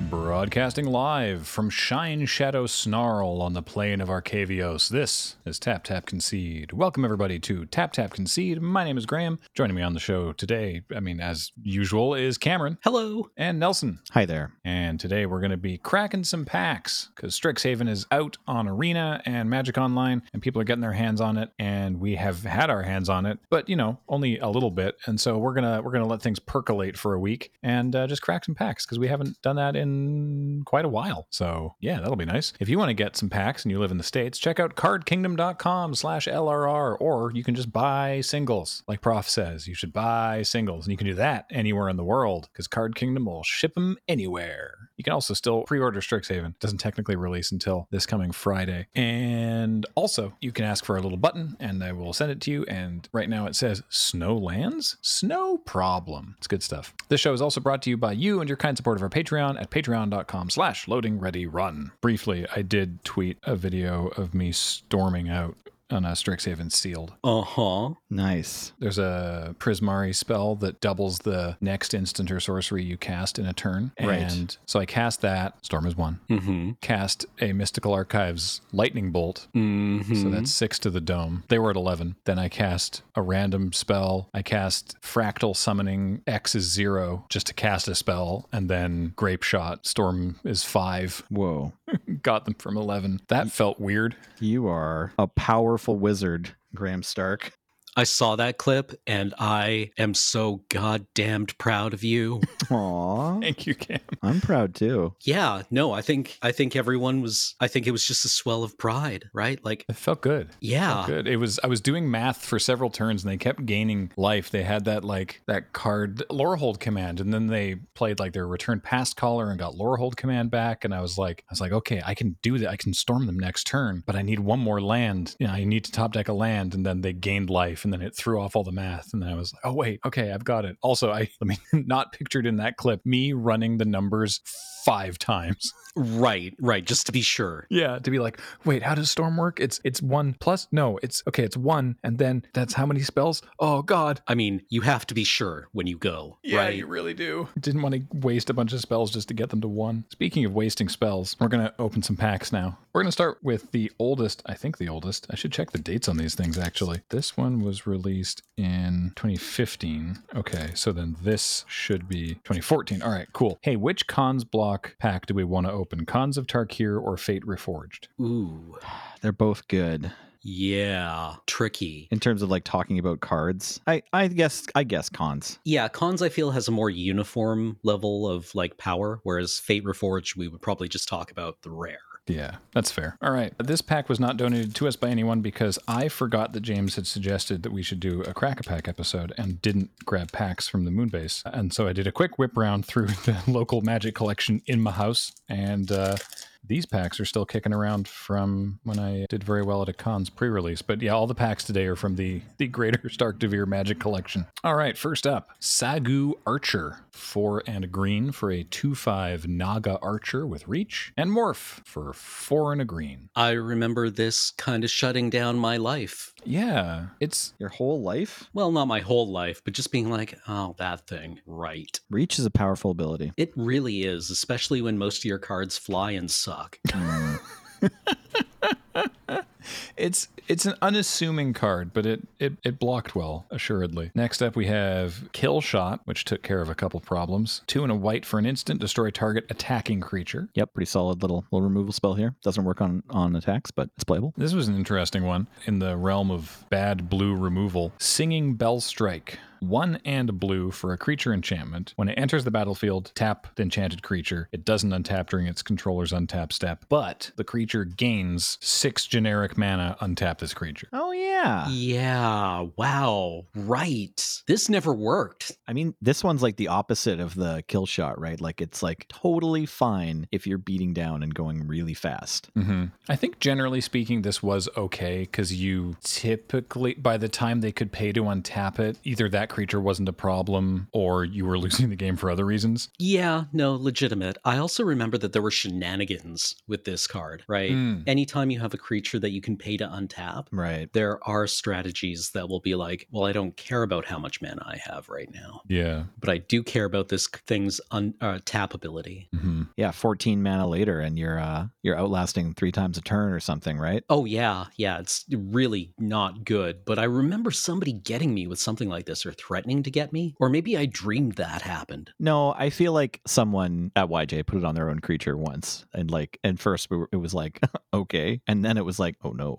Broadcasting live from Shine Shadow Snarl on the plain of Arcavios, this is Tap Tap Concede. Welcome, everybody, to Tap Tap Concede. My name is Graham. Joining me on the show today, I mean, as usual, is Cameron. Hello. And Nelson. Hi there. And today we're going to be cracking some packs because Strixhaven is out on Arena and Magic Online, and people are getting their hands on it. And we have had our hands on it, but you know, only a little bit. And so we're gonna we're gonna let things percolate for a week and uh, just crack some packs because we haven't done that in quite a while. So yeah, that'll be nice. If you want to get some packs and you live in the states, check out CardKingdom.com/lrr, or you can just buy singles. Like Prof says, you should buy singles, and you can do that anywhere in the world because Card Kingdom will ship them anywhere. You can also still pre-order Strixhaven. It doesn't technically release until this coming Friday. And also, you can ask for a little button and I will send it to you. And right now it says Snowlands? Snow problem. It's good stuff. This show is also brought to you by you and your kind support of our Patreon at patreon.com slash loading ready run. Briefly, I did tweet a video of me storming out on a Strixhaven sealed. Uh Uh-huh. huh. Nice. There's a Prismari spell that doubles the next instant or sorcery you cast in a turn. Right. And so I cast that. Storm is one. Mm-hmm. Mm Cast a Mystical Archives Lightning Bolt. hmm. Mm Mm-hmm. hmm. So that's six to the dome. They were at 11. Then I cast a random spell. I cast Fractal Summoning X is zero just to cast a spell. And then Grape Shot Storm is five. Whoa. Got them from 11. That felt weird. You are a powerful wizard, Graham Stark. I saw that clip and I am so goddamned proud of you. Aw. Thank you, Cam. I'm proud too. yeah, no, I think I think everyone was I think it was just a swell of pride, right? Like It felt good. yeah. good. It was I was doing math for several turns and they kept gaining life. They had that like that card Lorehold command and then they played like their return past caller and got Lorehold command back and I was like I was like okay, I can do that. I can storm them next turn, but I need one more land. You know, I need to top deck a land and then they gained life and then it threw off all the math and then I was like, "Oh wait, okay, I've got it." Also, I I mean not pictured in that clip me running the numbers 5 times. Right, right, just to be sure. Yeah, to be like, wait, how does storm work? It's it's one plus no, it's okay, it's one, and then that's how many spells? Oh god. I mean, you have to be sure when you go, right? really do. Didn't want to waste a bunch of spells just to get them to one. Speaking of wasting spells, we're gonna open some packs now. We're gonna start with the oldest, I think the oldest. I should check the dates on these things actually. This one was released in 2015. Okay, so then this should be 2014. All right, cool. Hey, which cons block pack do we want to open? Cons of Tarkir or Fate Reforged? Ooh. They're both good Yeah, tricky. in terms of like talking about cards. I I guess I guess cons. Yeah, cons I feel has a more uniform level of like power, whereas Fate Reforged we would probably just talk about the rare. Yeah, that's fair. All right. This pack was not donated to us by anyone because I forgot that James had suggested that we should do a Crack a Pack episode and didn't grab packs from the Moonbase. And so I did a quick whip round through the local magic collection in my house. And uh, these packs are still kicking around from when I did very well at a cons pre release. But yeah, all the packs today are from the, the Greater Stark Devere Magic Collection. All right, first up Sagu Archer, four and a green for a 2 5 Naga Archer with reach, and Morph for four and a green. I remember this kind of shutting down my life. Yeah, it's Your whole life? Well, not my whole life, but just being like, oh, that thing, right. Reach is a powerful ability. It really is, especially when most of your cards fly and suck. Mm. It's it's an unassuming card, but it, it it blocked well, assuredly. Next up, we have Kill Shot, which took care of a couple problems. Two and a white for an instant, destroy target attacking creature. Yep, pretty solid little little removal spell here. Doesn't work on on attacks, but it's playable. This was an interesting one in the realm of bad blue removal. Singing Bell Strike. One and blue for a creature enchantment. When it enters the battlefield, tap the enchanted creature. It doesn't untap during its controller's untap step, but the creature gains six generic mana. Untap this creature. Oh yeah. yeah, wow, right. This never worked. I mean, this one's like the opposite of the kill shot, right? Like it's like totally fine if you're beating down and going really fast. hmm I think generally speaking, this was okay because you typically, by the time they could pay to untap it, either that creature wasn't a problem or you were losing the game for other reasons. Yeah, no, legitimate. I also remember that there were shenanigans with this card, right? Mm. Anytime you have a creature that you can pay to untap, Right. there are strategies that will be like, well, I don't care about how much mana I have right now, Yeah. but I do care about this thing's un- uh, tap ability. hmm yeah, 14 mana later and you're uh you're outlasting three times a turn or something, right? Oh yeah, yeah, it's really not good. But I remember somebody getting me with something like this or threatening to get me, or maybe I dreamed that happened. No, I feel like someone at YJ put it on their own creature once and like and first we were, it was like okay, and then it was like oh no.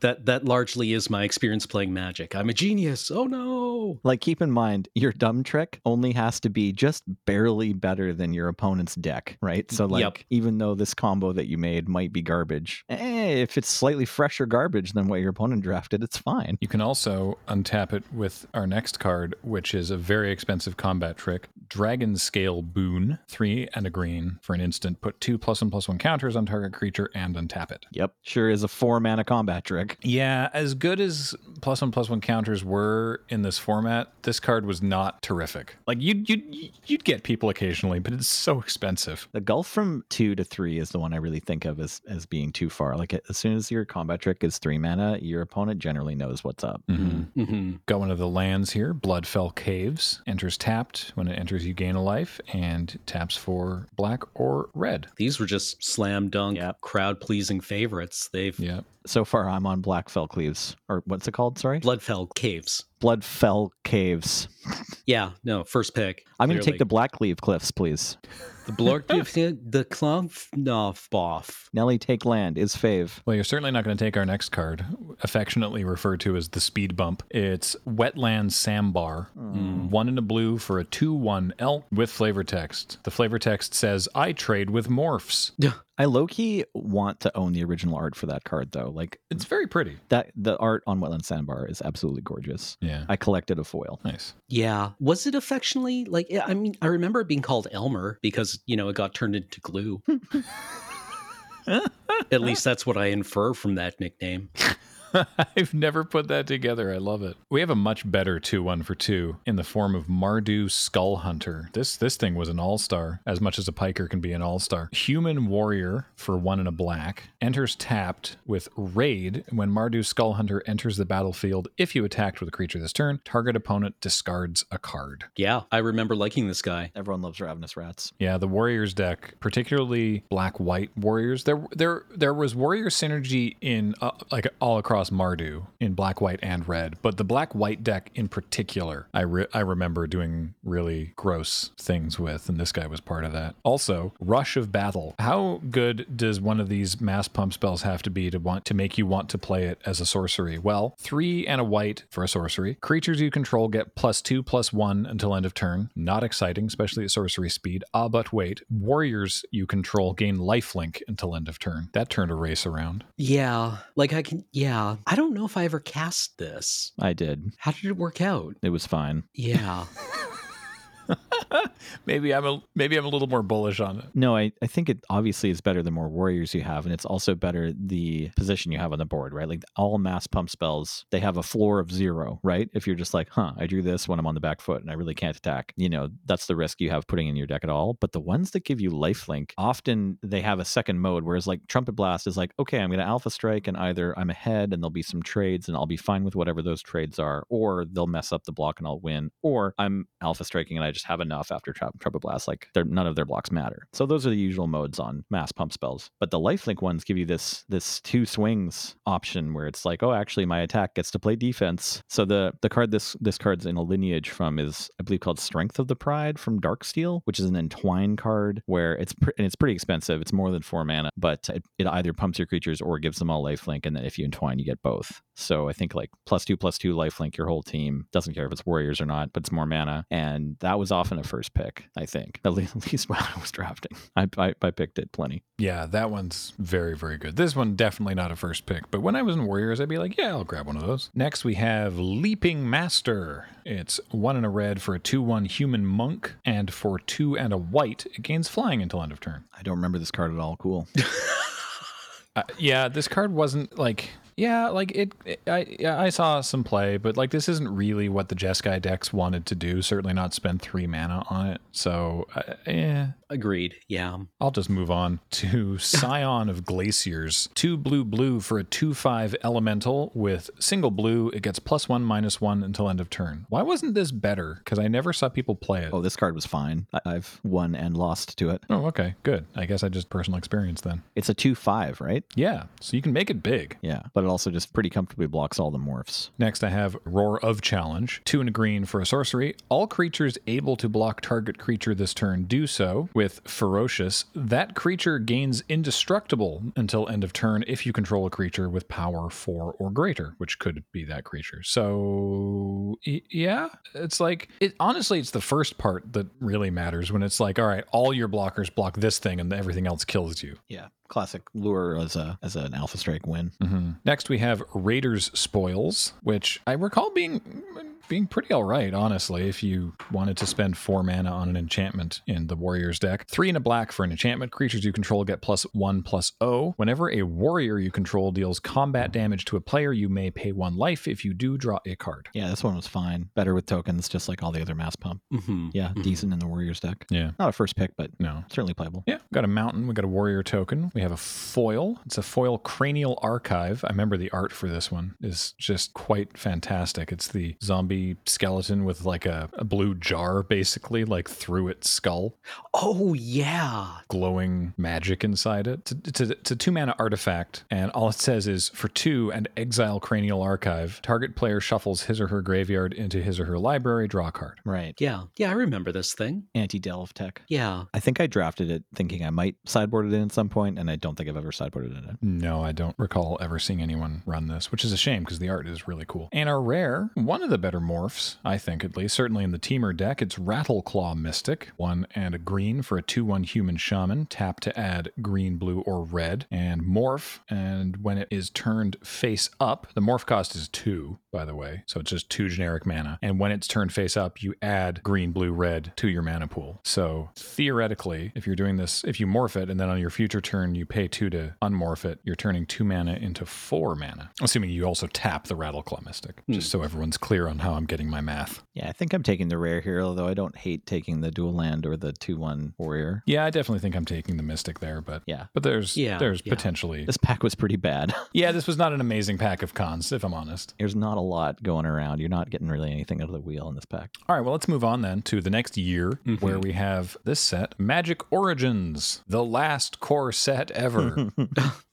That that largely is my experience playing Magic. I'm a genius. Oh no. Like, keep in mind, your dumb trick only has to be just barely better than your opponent's deck, right? So, like, Yep. even though this combo that you made might be garbage, eh, if it's slightly fresher garbage than what your opponent drafted, it's fine. You can also untap it with our next card, which is a very expensive combat trick Dragon Scale Boon, three and a green for an instant. Put two plus and plus one counters on target creature and untap it. Yep, sure is a four mana combat trick. Yeah, as good as plus one plus one counters were in this format, this card was not terrific. Like you'd you'd you'd get people occasionally, but it's so expensive. The gulf from two to three is the one I really think of as, as being too far. Like, as soon as your combat trick is three mana, your opponent generally knows what's up. Mm-hmm. hmm Got one of the lands here, Bloodfell Caves. Enters tapped. When it enters, you gain a life and taps for black or red. These were just slam dunk, Yep. crowd pleasing favorites. They've Yeah. So far, I'm on Black Fell Cleaves, or what's it called? Sorry? Bloodfell Caves. Blood Fell Caves. Yeah, no, first pick. I'm going to take the clearly. Black Cleave Cliffs, please. the blork the clump noff boff. Nelly Take Land is fave. Well, you're certainly not going to take our next card, affectionately referred to as the speed bump. It's Wetland Sambar. One in a blue for a 2 1 elk with flavor text. The flavor text says, I trade with morphs. I low key want to own the original art for that card though. Like It's very pretty. that the art on Wetland Sandbar is absolutely gorgeous. Yeah. I collected a foil. Nice. Yeah. Was it affectionately like yeah, I mean I remember it being called Elmer because, you know, it got turned into glue. At least that's what I infer from that nickname. I've never put that together. I love it. We have a much better 2 1 for 2 in the form of Mardu Skull Hunter. This this thing was an all star, as much as a piker can be an all star. Human Warrior for one and a black enters tapped with Raid. When Mardu Skull Hunter enters the battlefield, if you attacked with a creature this turn, target opponent discards a card. Yeah, I remember liking this guy. Everyone loves ravenous rats. Yeah, the Warriors deck, particularly Black White Warriors. There, there, there was Warrior synergy in uh, like all across Mardu in Black White and Red, but the Black White deck in particular, I re- I remember doing really gross things with, and this guy was part of that. Also, Rush of Battle. How good does one of these mass pump spells have to be to want to make you want to play it as a sorcery? Well, three and a white for a sorcery. Creatures you control get plus two, plus one until end of turn. Not exciting, especially at sorcery speed. Ah, but wait. Warriors you control gain lifelink until end of turn. That turned a race around. Yeah. Like I can yeah. I don't know if I ever cast this. I did. How did it work out? It was fine. Yeah. Maybe I'm a maybe I'm a little more bullish on it. No, I, I think it obviously is better the more warriors you have, and it's also better the position you have on the board, right? Like all mass pump spells, they have a floor of zero, right? If you're just like, huh, I drew this when I'm on the back foot and I really can't attack, you know, that's the risk you have putting in your deck at all. But the ones that give you lifelink, often they have a second mode, whereas like Trumpet Blast is like, okay, I'm going to Alpha Strike and either I'm ahead and there'll be some trades and I'll be fine with whatever those trades are, or they'll mess up the block and I'll win, or I'm Alpha Striking and I just have enough after Tru- Trumpet Blast. Like they're, none of their blocks matter. So those are the usual modes on mass pump spells. But the lifelink ones give you this this two swings option where it's like, oh, actually my attack gets to play defense. So the the card this this card's in a lineage from is I believe called Strength of the Pride from Darksteel, which is an entwine card where it's pr- and it's pretty expensive. It's more than four mana, but it, it either pumps your creatures or gives them all lifelink, and then if you entwine, you get both. So I think like plus two plus two lifelink your whole team doesn't care if it's warriors or not, but it's more mana, and that was often a first pick. I think at le- at least while I was drafting, I I, I picked it plenty. Yeah, that one's very, very good. This one definitely not a first pick, but when I was in Warriors, I'd be like, yeah, I'll grab one of those. Next, we have Leaping Master. It's one and a red for a 2 1 human monk, and for two and a white, it gains flying until end of turn. I don't remember this card at all. Cool. Uh, yeah, this card wasn't like Yeah, like it, it- I yeah, I saw some play, but like this isn't really what the Jeskai decks wanted to do. Certainly not spend three mana on it. So uh, yeah, Agreed. Yeah. I'll just move on to Scion of Glaciers. Two blue blue for a two five elemental with single blue. It gets plus one minus one until end of turn. Why wasn't this better? Because I never saw people play it. Oh, this card was fine. I- I've won and lost to it. Oh, okay, good. I guess I just personal experience then. It's a 2 5, right? Yeah, so you can make it big. Yeah. But it also just pretty comfortably blocks all the morphs. Next, I have Roar of Challenge. Two and a green for a sorcery. All creatures able to block target creature this turn do so with Ferocious. That creature gains indestructible until end of turn if you control a creature with power four or greater, which could be that creature. So, y- yeah, it's like, it, honestly, it's the first part that really matters when it's like, all right, all your blockers block this thing and everything else kills you. Yeah. Classic lure as a as an alpha strike win. Next, we have Raiders Spoils, which I recall being being pretty all right, honestly. If you wanted to spend four mana on an enchantment in the Warriors deck, three and a black for an enchantment. Creatures you control get plus one plus O. Whenever a warrior you control deals combat damage to a player, you may pay one life. If you do, draw a card. Yeah, this one was fine. Better with tokens, just like all the other mass pump. hmm Yeah, Mhm. decent in the Warriors deck. Yeah. Not a first pick, but No. certainly playable. Yeah, we got a mountain. We got a warrior token. We have a foil. It's a foil cranial archive. I remember the art for this one is just quite fantastic. It's the zombie skeleton with like a, a blue jar, basically, like through its skull, Oh, yeah. glowing magic inside it. It's a, it's a, it's a two mana artifact, and all it says is for two and exile cranial archive. Target player shuffles his or her graveyard into his or her library. Draw a card. Right. Yeah. Yeah. I remember this thing. Anti delve tech. Yeah. I think I drafted it thinking I might sideboard it in at some point, and I don't think I've ever sideboarded it in. No, I don't recall ever seeing anyone run this, which is a shame because the art is really cool. And our rare, one of the better morphs, I think at least, certainly in the teamer deck, it's Rattleclaw Mystic, one and a green for a 2 1 human shaman. Tap to add green, blue, or red, and morph. And when it is turned face up, the morph cost is 2, by the way, so it's just 2 generic mana. And when it's turned face up, you add green, blue, red to your mana pool. So theoretically, if you're doing this, if you morph it and then on your future turn you pay two to unmorph it, you're turning two mana into four mana. Assuming you also tap the Rattleclaw Mystic, just Hmm. so everyone's clear on how I'm getting my math. Yeah, I think I'm taking the rare here, although I don't hate taking the dual land or the 2 1 warrior. Yeah, I definitely think I'm taking the Mystic there, but Yeah. but there's Yeah, there's yeah. potentially This pack was pretty bad. yeah, this was not an amazing pack of cons, if I'm honest. There's not a lot going around. You're not getting really anything out of the wheel in this pack. All right, well, let's move on then to the next year where we have this set Magic Origins, the last core set ever.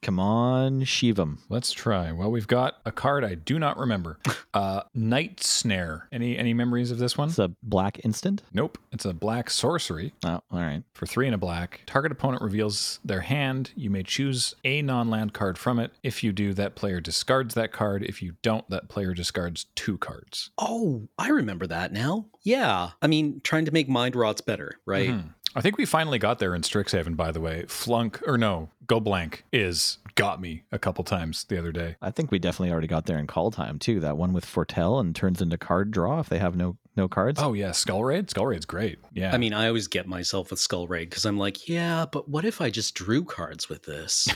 Come on, Shivam. let's try. Well, we've got a card I do not remember uh, Night Snare. Any, any memories of this one? It's a black instant. Nope. It's a black sorcery Oh, all right. for three and a black. Target opponent reveals their hand. You may choose a non land card from it. If you do, that player discards that card. If you don't, that player discards two cards. Oh, I remember that now. Yeah. I mean, trying to make mind rots better, right? Mm-hmm. I think we finally got there in Strixhaven, by the way. Flunk, or no, Go Blank is got me a couple times the other day. I think we definitely already got there in call time too. That one with Fortell and turns into card draw if they have no no cards. Oh, yeah, Skull Raid? Skull Raid's great. Yeah. I mean, I always get myself with Skull Raid because I'm like, yeah, but what if I just drew cards with this?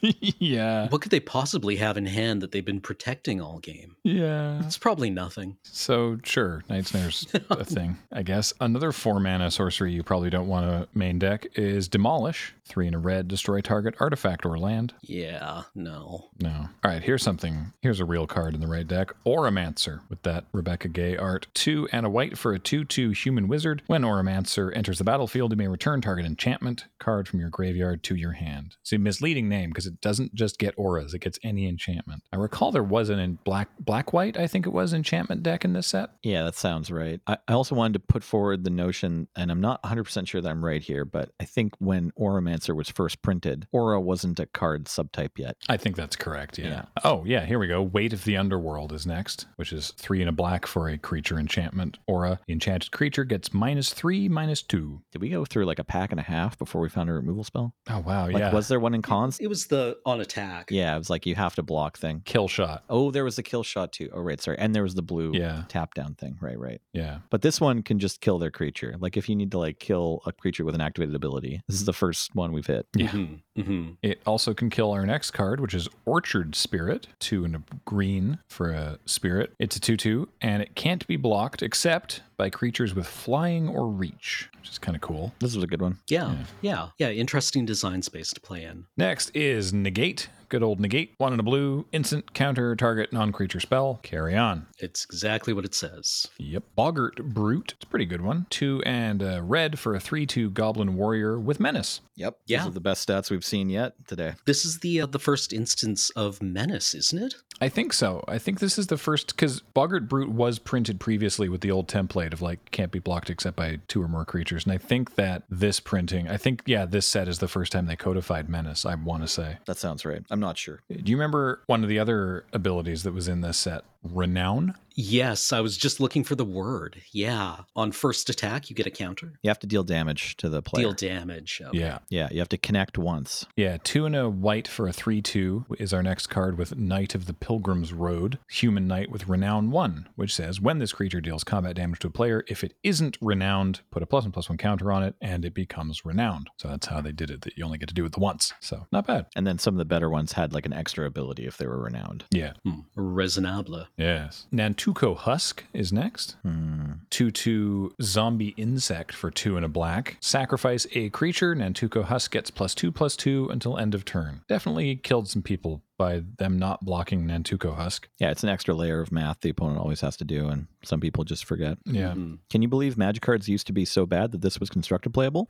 yeah. what could they possibly have in hand that they've been protecting all game? Yeah. It's probably nothing. So, sure, Night Snare's a thing, I guess. Another four mana sorcery you probably don't want to main deck is Demolish. Three and a red, destroy target artifact or land. Yeah, no. No. All right, here's something. Here's a real card in the right deck. Oromancer with that Rebecca Gay art. Two and a white for a 2 2 human wizard. When Oromancer enters the battlefield, you may return target enchantment card from your graveyard to your hand. It's a misleading name because it doesn't just get auras, it gets any enchantment. I recall there was an in black, black white, I think it was, enchantment deck in this set. Yeah, that sounds right. I, I also wanted to put forward the notion, and I'm not 100% sure that I'm right here, but I think when Oromancer was first printed, Aura wasn't a card subtype yet. I think that's correct. Yeah. Yeah. Oh, yeah. Here we go. Weight of the Underworld is next, which is three and a black for a creature enchantment aura. The enchanted creature gets minus three, minus two. Did we go through like a pack and a half before we found a removal spell? Oh, wow. Like, yeah. was there one in cons? It was the a on attack. Yeah, it was like you have to block thing. Kill shot. Oh, there was the kill shot too. Oh, right, sorry. And there was the blue Yeah. tap down thing. Right, right. Yeah. But this one can just kill their creature. Like if you need to like kill a creature with an activated ability, this is the first one we've hit. Yeah. Mhm, mhm. It also can kill our next card, which is Orchard Spirit, two and a green for a spirit. It's a 2 2, and it can't be blocked except by creatures with flying or reach, which is kind of cool. This was a good one. Yeah, Yeah. yeah, yeah. Interesting design space to play in. Next is Negate. Good old Negate. One and a blue, instant counter target non creature spell. Carry on. It's exactly what it says. Yep. Boggart Brute. It's a pretty good one. Two and a red for a 3 2 Goblin Warrior with Menace. Yep. Yeah. These are the best stats we've seen yet today. This is the uh, the first instance of menace, isn't it? I think so. I think this is the first because Boggart Brute was printed previously with the old template of like can't be blocked except by two or more creatures. And I think that this printing, I think, yeah, this set is the first time they codified Menace, I want to say. That sounds right. I'm not sure. Do you remember one of the other abilities that was in this set? Renown? Yes, I was just looking for the word. Yeah, on first attack you get a counter, You have to deal damage to the player. deal damage. Okay. Yeah. yeah, you have to connect once. Yeah. Two and a white for a 3 2 is our next card with Knight of the Pilgrim's Road, Human Knight with Renown 1, which says when this creature deals combat damage to a player, if it isn't renowned, put a plus and plus one counter on it and it becomes renowned. So that's how they did it, that you only get to do it the once. So not bad. And then some of the better ones had like an extra ability if they were renowned. Yeah. Hmm. Resonable. Yes. Nantuko Husk is next. Hmm. 2 2 zombie insect for 2 and a black. Sacrifice a creature. Nantuko Husk gets plus 2 plus 2 until end of turn. Definitely killed some people by them not blocking Nantuko Husk. Yeah, it's an extra layer of math the opponent always has to do, and some people just forget. Yeah. Mhm. Can you believe magic cards used to be so bad that this was constructed playable?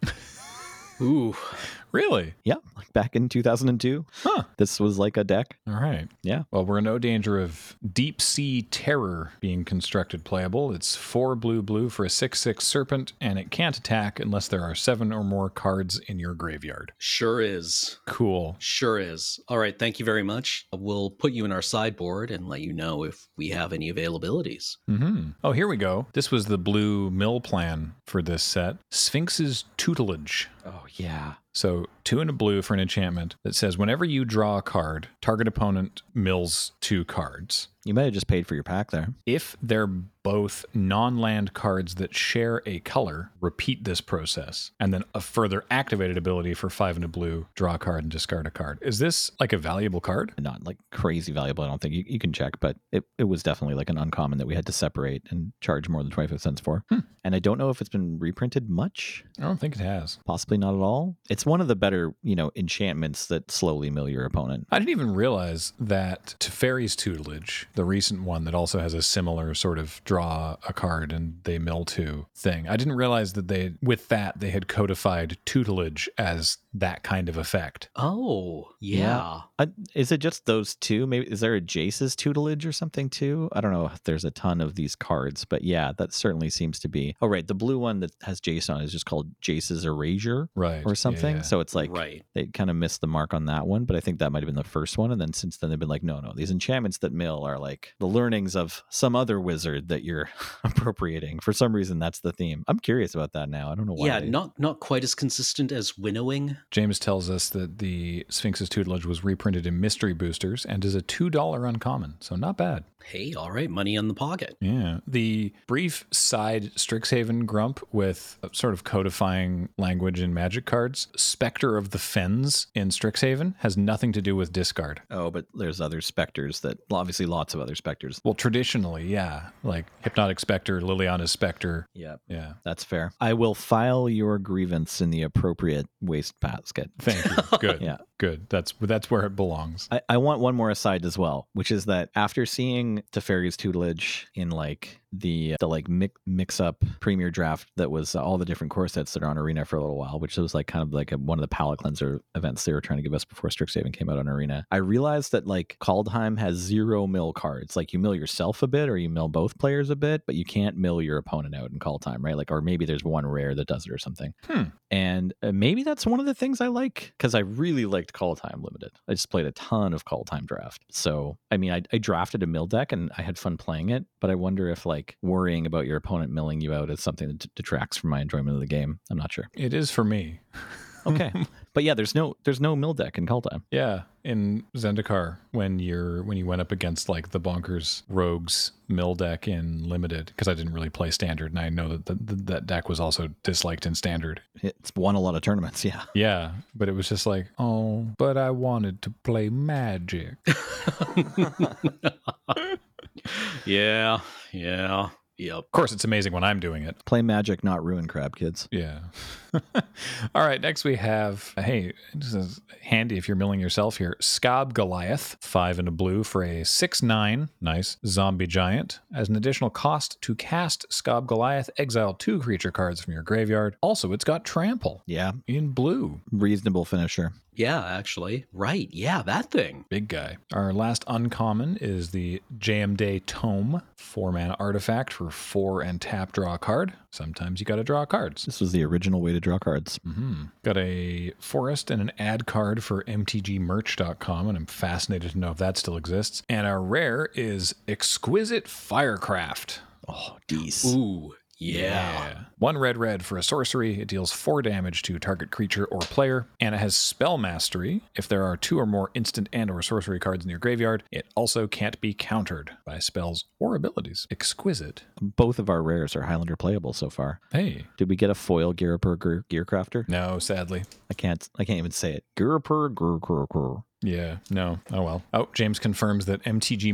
Ooh, Really? yeah, like back in 2002, Huh. this was like a deck. All right. Yeah. Well, we're in no danger of Deep Sea Terror being constructed playable. It's four blue blue for a 6 6 serpent, and it can't attack unless there are seven or more cards in your graveyard. sure is. Cool. Sure is. All right, thank you very much. We'll put you in our sideboard and let you know if we have any availabilities. hmm Oh, here we go. This was the blue mill plan for this set Sphinx's Tutelage. Oh, yeah. So, two and a blue for an enchantment that says whenever you draw a card, target opponent mills two cards. You might have just paid for your pack there. If they're both non land cards that share a color, repeat this process. And then a further activated ability for five and a blue, draw a card and discard a card. Is this like a valuable card? Not like crazy valuable, I don't think. You, you can check, but it, it was definitely like an uncommon that we had to separate and charge more than 25 cents for. Hmm. And I don't know if it's been reprinted much. I don't think it has. possibly not at all. It's one of the better, you know, enchantments that slowly mill your opponent. I didn't even realize that Teferi's Tutelage, the recent one that also has a similar sort of draw a card and they mill two thing, I didn't realize that they, with that, they had codified tutelage as that kind of effect. Oh, Yeah. yeah. Uh, is it just those two? Maybe is there a Jace's tutelage or something too? I don't know. if There's a ton of these cards, but yeah, that certainly seems to be. Oh right, the blue one that has Jace on it is just called Jace's Erasure Right. or something. Yeah. So it's like right. they kind of missed the mark on that one, but I think that might have been the first one. And then since then, they've been like, no, no, these enchantments that mill are like the learnings of some other wizard that you're appropriating. For some reason, that's the theme. I'm curious about that now. I don't know why. Yeah, they- not not quite as consistent as winnowing. James tells us that the Sphinx's Tutelage was reprinted in Mystery Boosters and is a $2 uncommon, so not bad. Hey, all right, money in the pocket. Yeah. The brief side Strixhaven grump with sort of codifying language in magic cards, Spectre of the Fens in Strixhaven has nothing to do with discard. Oh, but there's other specters that obviously lots of other specters. Well, traditionally, yeah. Like Hypnotic Spectre, Liliana's Spectre. Yeah. Yeah. That's fair. I will file your grievance in the appropriate waste basket. Thank you. Good. Yeah. Good. That's that's where it belongs. I, I want one more aside as well, which is that after seeing Teferi's tutelage in like the the like mix, mix up premier draft that was uh, all the different core sets that are on Arena for a little while, which was like kind of like a, one of the palette cleanser events they were trying to give us before Strixhaven came out on Arena. I realized that like Kaldheim has zero mill cards. Like you mill yourself a bit or you mill both players a bit, but you can't mill your opponent out in Kaldheim, right? Like or maybe there's one rare that does it or something. And uh, maybe that's one of the things I like because I really liked Call Time Limited. I just played a ton of Call Time Draft. So, I mean, I, I drafted a mill deck and I had fun playing it, but I wonder if like worrying about your opponent milling you out is something that d- detracts from my enjoyment of the game. I'm not sure. It is for me. Okay. but yeah, there's no there's no mill deck in Kaldheim. Yeah, in Zendikar, when you're when you went up against like the bonkers rogues mill deck in limited, because I didn't really play standard, and I know that the, the, that deck was also disliked in standard. It's won a lot of tournaments, yeah. Yeah, but it was just like, oh, but I wanted to play Magic. yeah, yeah, yep. Of course, it's amazing when I'm doing it. Play Magic, not Ruin Crab, kids. Yeah. All right. Next we have hey, this is handy if you're milling yourself here. Scob Goliath, five and a blue for a six nine, nice zombie giant. As an additional cost to cast Scob Goliath, exile two creature cards from your graveyard. Also, it's got trample Yeah. in blue. Reasonable finisher. Yeah, actually. Right. Yeah, that thing. Big guy. Our last uncommon is the JM Day Tome, four mana artifact for four and tap draw a card. Sometimes you got to draw cards. This was the original way to draw cards. hmm Got a forest and an ad card for mtgmerch.com, and I'm fascinated to know if that still exists. And our rare is Exquisite Firecraft. Oh, geez. Ooh, yeah. One red red for a sorcery. It deals four damage to target creature or player, and it has spell mastery. If there are two or more instant and or sorcery cards in your graveyard, it also can't be countered by spells or abilities. Exquisite. Both of our rares are Highlander playable so far. Hey. Did we get a foil Girapur Gear, Gearcrafter? No, sadly. I can't I can't even say it. Girapur Gur Gur Gur. Yeah, no. Oh well. Oh, James confirms that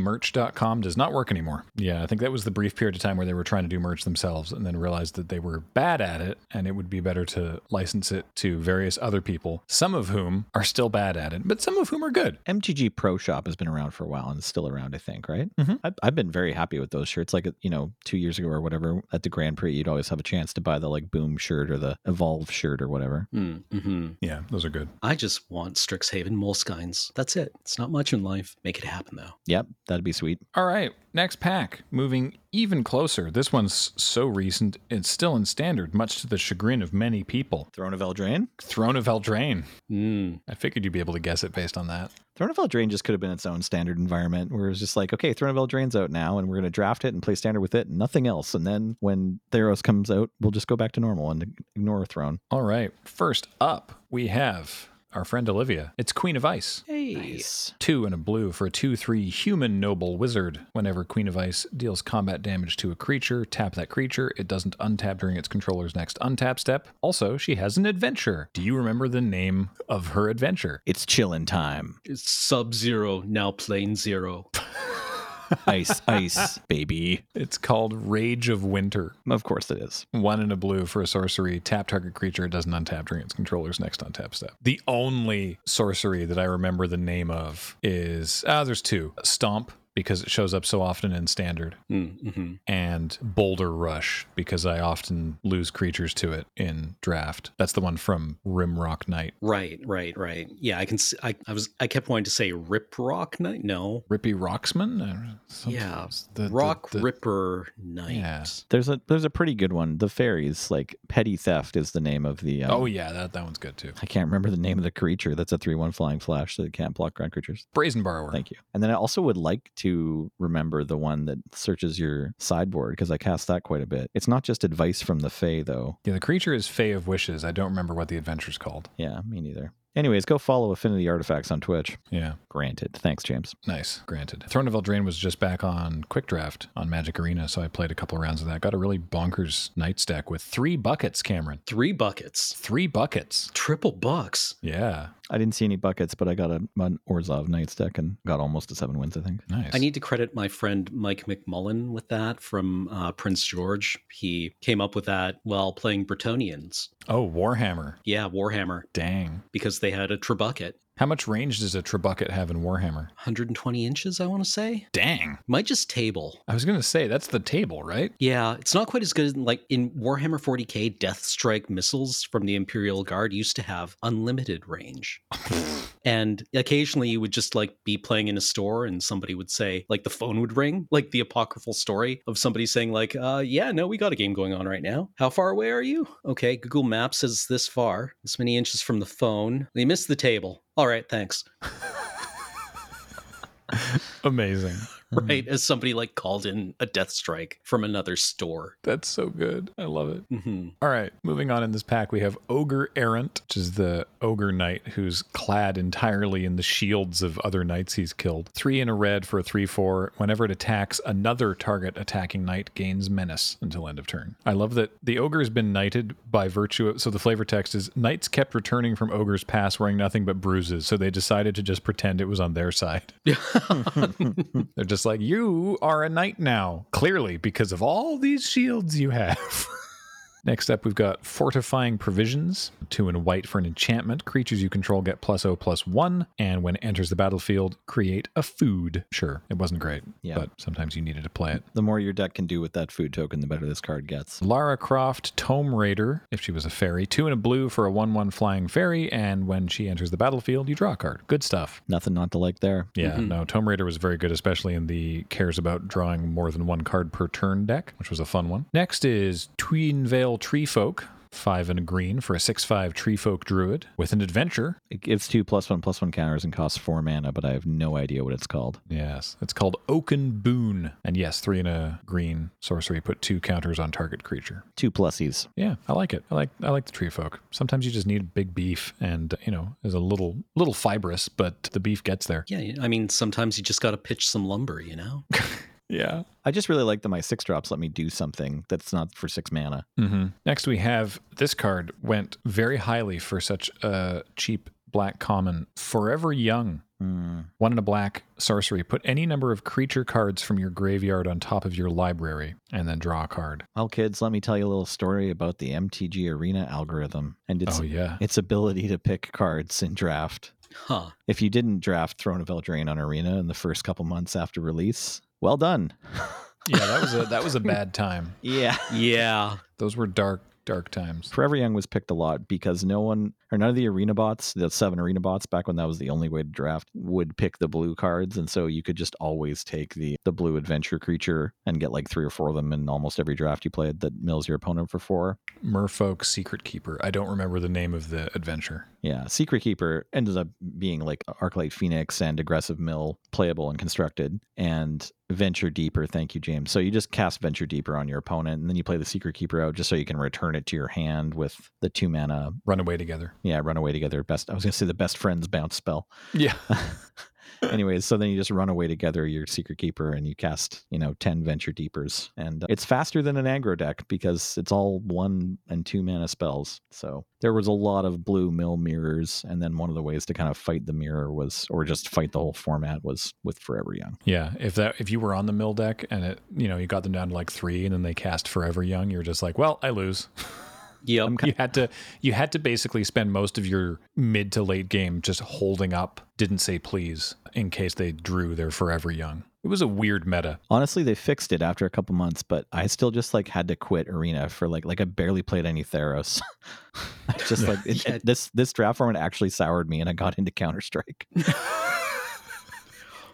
mtgmerch.com does not work anymore. Yeah, I think that was the brief period of time where they were trying to do merch themselves and then realized that they were bad at it and it would be better to license it to various other people, some of whom are still bad at it, but some of whom are good. MTG Pro Shop has been around for a while and is still around, I think, right? Mhm. I've, I've been very happy with those shirts. Like, you know, two years ago or whatever, at the Grand Prix, you'd always have a chance to buy the like Boom shirt or the Evolve shirt or whatever. Mm-hmm. Yeah, those are good. I just want Strixhaven Moleskines. That's it. It's not much in life. Make it happen, though. Yep, that'd be sweet. All right, next pack, moving even closer. This one's so recent, it's still in standard, much to the chagrin of many people. Throne of Eldraine? Throne of Eldraine. Mm. I figured you'd be able to guess it based on that. Throne of Eldraine just could have been its own standard environment where it was just like, okay, Throne of Eldraine's out now and we're going to draft it and play standard with it and nothing else. And then when Theros comes out, we'll just go back to normal and ignore Throne. All right. First up, we have our friend Olivia. It's Queen of Ice. Hey. Two and a blue for a 2 3 human noble wizard. Whenever Queen of Ice deals combat damage to a creature, tap that creature. It doesn't untap during its controller's next untap step. Also, she has an adventure. Do you remember the name of her adventure? It's chillin' time. Sub Zero, now Plane Zero. Ice, ice, baby. It's called Rage of Winter. Of course it is. One and a blue for a sorcery. Tap target creature. It doesn't untap during its controller's next untap step. The only sorcery that I remember the name of is ah, there's two. Stomp because it shows up so often in standard, Mm-hmm. and Boulder Rush because I often lose creatures to it in draft. That's the one from Rimrock Knight. Right, right, right. Yeah, I can. See, I, I was. I kept wanting to say Rip Rock Night. No, Rippy Rocksman. Or something. Yeah. The- the- Rock the- Ripper Night. Yeah. There's a there's a pretty good one. The fairies, like petty theft, is the name of the. Um, Oh yeah, that, that one's good too. I can't remember the name of the creature. That's a three one flying flash that can't block ground creatures. Brazen Borrower. Thank you. And then I also would like to remember the one that searches your sideboard because I cast that quite a bit. It's not just advice from the Fae though. Yeah, the creature is Fae of Wishes. I don't remember what the adventure's called. Yeah, me neither. Anyways, go follow Affinity Artifacts on Twitch. Yeah. Granted. Thanks, James. Nice, granted. Throne of Eldraine was just back on Quick Draft on Magic Arena, so I played a couple of rounds of that. Got a really bonkers Knights deck with three buckets, Cameron. Three buckets. Three buckets. Triple bucks. Yeah, I didn't see any buckets, but I got a, an Orzov Knights deck and got almost to seven wins, I think. nice. I need to credit my friend Mike McMullen with that from uh, Prince George. He came up with that while playing Bretonians. oh, Warhammer. Yeah, Warhammer, Dang. because they had a trebucket. How much range does a trebucket have in Warhammer? 120 inches, I want to say. Dang. Might just table. I was going to say, that's the table, right? Yeah, it's not quite as good as like in Warhammer 40k, Death Strike missiles from the Imperial Guard used to have unlimited range. and occasionally you would just like be playing in a store and somebody would say, like the phone would ring, like the apocryphal story of somebody saying, like, uh, yeah, no, we got a game going on right now. How far away are you? Okay, Google Maps says this far, this many inches from the phone. They missed the table. All right, thanks. Amazing. right? As somebody like called in a death strike from another store. That's so good. I love it. hmm All right, moving on in this pack, we have Ogre Errant, which is the ogre knight who's clad entirely in the shields of other knights he's killed. Three in a red for a 3 4. Whenever it attacks, another target attacking knight gains menace until end of turn. I love that the ogre has been knighted by virtue of. So the flavor text is Knights kept returning from ogre's pass wearing nothing but bruises, so they decided to just pretend it was on their side. Hmm. They're just like, You are a knight now, clearly, because of all these shields you have. Next up, we've got Fortifying Provisions. Two in white for an enchantment. Creatures you control get plus O plus one, and when it enters the battlefield, create a food. Sure, it wasn't great, Yeah. but sometimes you needed to play it. The more your deck can do with that food token, the better this card gets. Lara Croft, Tome Raider, if she was a fairy. Two in a blue for a 1 1 flying fairy, and when she enters the battlefield, you draw a card. Good stuff. Nothing not to like there. Yeah, no, Tome Raider was very good, especially in the cares about drawing more than one card per turn deck, which was a fun one. Next is Tweenvale Treefolk, five and a green for a six-five Treefolk Druid with an adventure. It gives two plus one plus one counters and costs four mana, but I have no idea what it's called. Yes, it's called Oaken Boon, and yes, three and a green sorcery put two counters on target creature. Two plusies. Yeah, I like it. I like I like the Treefolk. Sometimes you just need big beef, and you know, is a little little fibrous, but the beef gets there. Yeah, I mean, sometimes you just got to pitch some lumber, you know? Yeah. I just really like that my six drops let me do something that's not for six mana. hmm Next, we have this card went very highly for such a cheap black common. Forever Young. Hmm. One in a black sorcery. Put any number of creature cards from your graveyard on top of your library and then draw a card. Well, kids, let me tell you a little story about the MTG Arena algorithm and its oh, yeah. its ability to pick cards in draft. Huh. If you didn't draft Throne of Eldraine on Arena in the first couple months after release, well done. yeah, that was, a, that was a bad time. Yeah. Yeah. Those were dark, dark times. Forever Young was picked a lot because no one or none of the arena bots, the seven arena bots back when that was the only way to draft, would pick the blue cards. And so you could just always take the the blue adventure creature and get like three or four of them in almost every draft you played that mills your opponent for four. Merfolk Secret Keeper. I don't remember the name of the adventure. Yeah. Secret Keeper ended up being like Arclight Phoenix and aggressive mill playable and constructed. And Venture Deeper, thank you, James. So you just cast Venture Deeper on your opponent and then you play the Secret Keeper out just so you can return it to your hand with the two mana Run away together. Yeah, run away together. Best. I was gonna say the best friends bounce spell. Yeah. Anyways, so then you just run away together, your secret keeper, and you cast you know ten venture deepers, and uh, it's faster than an aggro deck because it's all one and two mana spells. So there was a lot of blue mill mirrors, and then one of the ways to kind of fight the mirror was, or just fight the whole format was with Forever Young. Yeah, if that if you were on the mill deck and it you know you got them down to like three and then they cast Forever Young, you're just like, well, I lose. Yep. you had to you had to basically spend most of your mid to late game just holding up, didn't say please in case they drew their Forever Young. It was a weird meta. Honestly, they fixed it after a couple months, but I still just like had to quit Arena for like like I barely played any Theros. just like it, Yeah. it- this this draft format actually soured me, and I got into Counter Strike.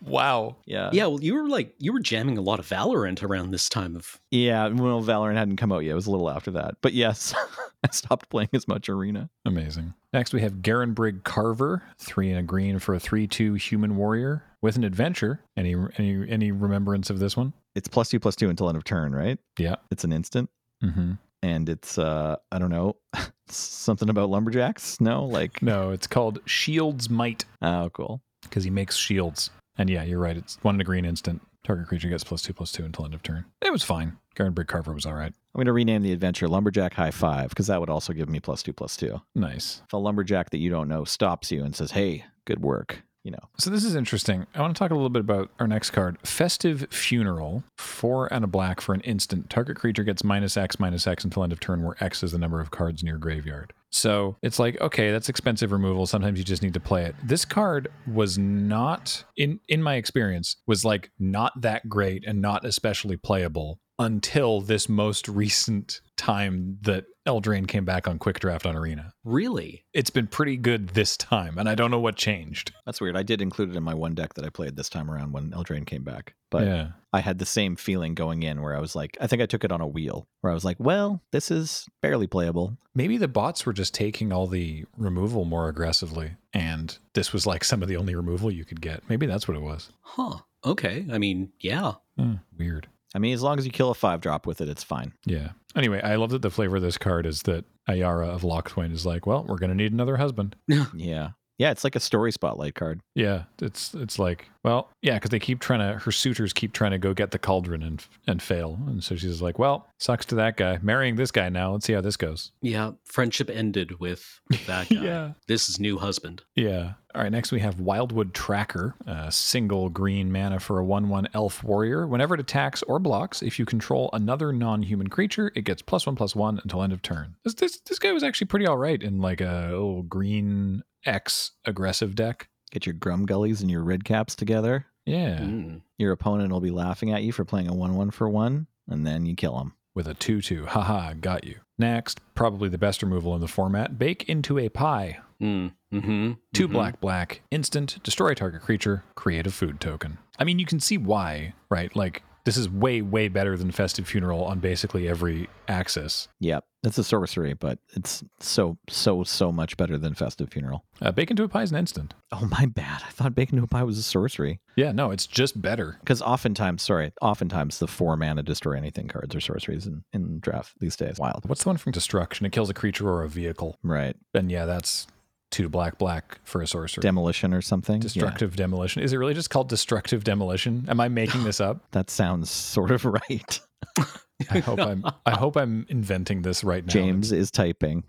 Wow. Yeah, yeah, well, you were like, you were jamming a lot of Valorant around this time of. yeah. Well, Valorant hadn't come out yet; it was a little after that. But yes, I stopped playing as much Arena. Amazing. Next we have Garenbrig Carver, three and a green for a three two human warrior with an adventure. Any any any remembrance of this one? It's plus two plus two until end of turn, right? Yeah. It's an instant, Mm-hmm. and it's uh I don't know something about lumberjacks. No, like No, it's called Shield's Might. oh cool. because he makes shields. And yeah, you're right. It's one in a green instant. Target creature gets plus two plus two until end of turn. It was fine. Garen Brick Carver was all right. I'm gonna rename the adventure Lumberjack High Five because that would also give me plus two plus two. Nice. if a lumberjack that you don't know stops you and says, "Hey, good work," you know, So this is interesting. I want to talk a little bit about our next card, Festive Funeral, four and a black for an instant. Target creature gets minus X minus X until end of turn, where X is the number of cards in your graveyard. So it's like, okay, that's expensive removal. Sometimes you just need to play it. This card was not, in in my experience, was like not that great and not especially playable until this most recent time that Eldraine came back on Quick Draft on Arena. Really? It's been pretty good this time, and I don't know what changed. that's weird. I did include it in my one deck that I played this time around when Eldraine came back, but yeah. I had the same feeling going in where I was like, I think I took it on a wheel where I was like, "Well, this is barely playable." Maybe the bots were just taking all the removal more aggressively, and this was like some of the only removal you could get. Maybe that's what it was. Huh. okay. I mean, yeah. Hmm, weird. I mean, as long as you kill a five drop with it, it's fine. Yeah. Anyway, I love that the flavor of this card is that Ayara of Lockthwain is like, well, we're going to need another husband. Yeah. Yeah, it's like a story spotlight card. Yeah, it's it's like, well, yeah, because they keep trying to her suitors keep trying to go get the cauldron and and fail, and so she's like, well, sucks to that guy. Marrying this guy now. Let's see how this goes. Yeah. Friendship ended with that guy. This is new husband. Yeah. All right, next we have Wildwood Tracker, a single green mana for a 1 1 elf warrior. Whenever it attacks or blocks, if you control another non human creature, it gets plus 1 plus 1 until end of turn. This, this, this guy was actually pretty all right in like a little green X aggressive deck. Get your grum gullies and your red caps together. Yeah. Mm. Your opponent will be laughing at you for playing a 1 1 for 1, and then you kill him. With a 2 2. Haha, got you. Next, probably the best removal in the format bake into a pie. Mm. Mm-hmm. 2 Mhm. black black instant destroy target creature create a food token i mean you can see why right like this is way way better than festive funeral on basically every axis Yep. That's a sorcery, but it's so, so, so much better than Festive Funeral. uh, bake into a pie is an instant Oh, my bad. I thought Bacon to a Pie was a sorcery. yeah no it's just better Because oftentimes, sorry, oftentimes the four mana destroy anything cards are sorceries in, in draft these days. Wild. what's the one from destruction it kills a creature or a vehicle Right. and yeah that's two black black for a sorcerer Demolition or something. Yeah. destructive demolition is it really just called destructive demolition am i making this up That sounds sort of right. i hope i'm i hope i'm inventing this right now James is typing.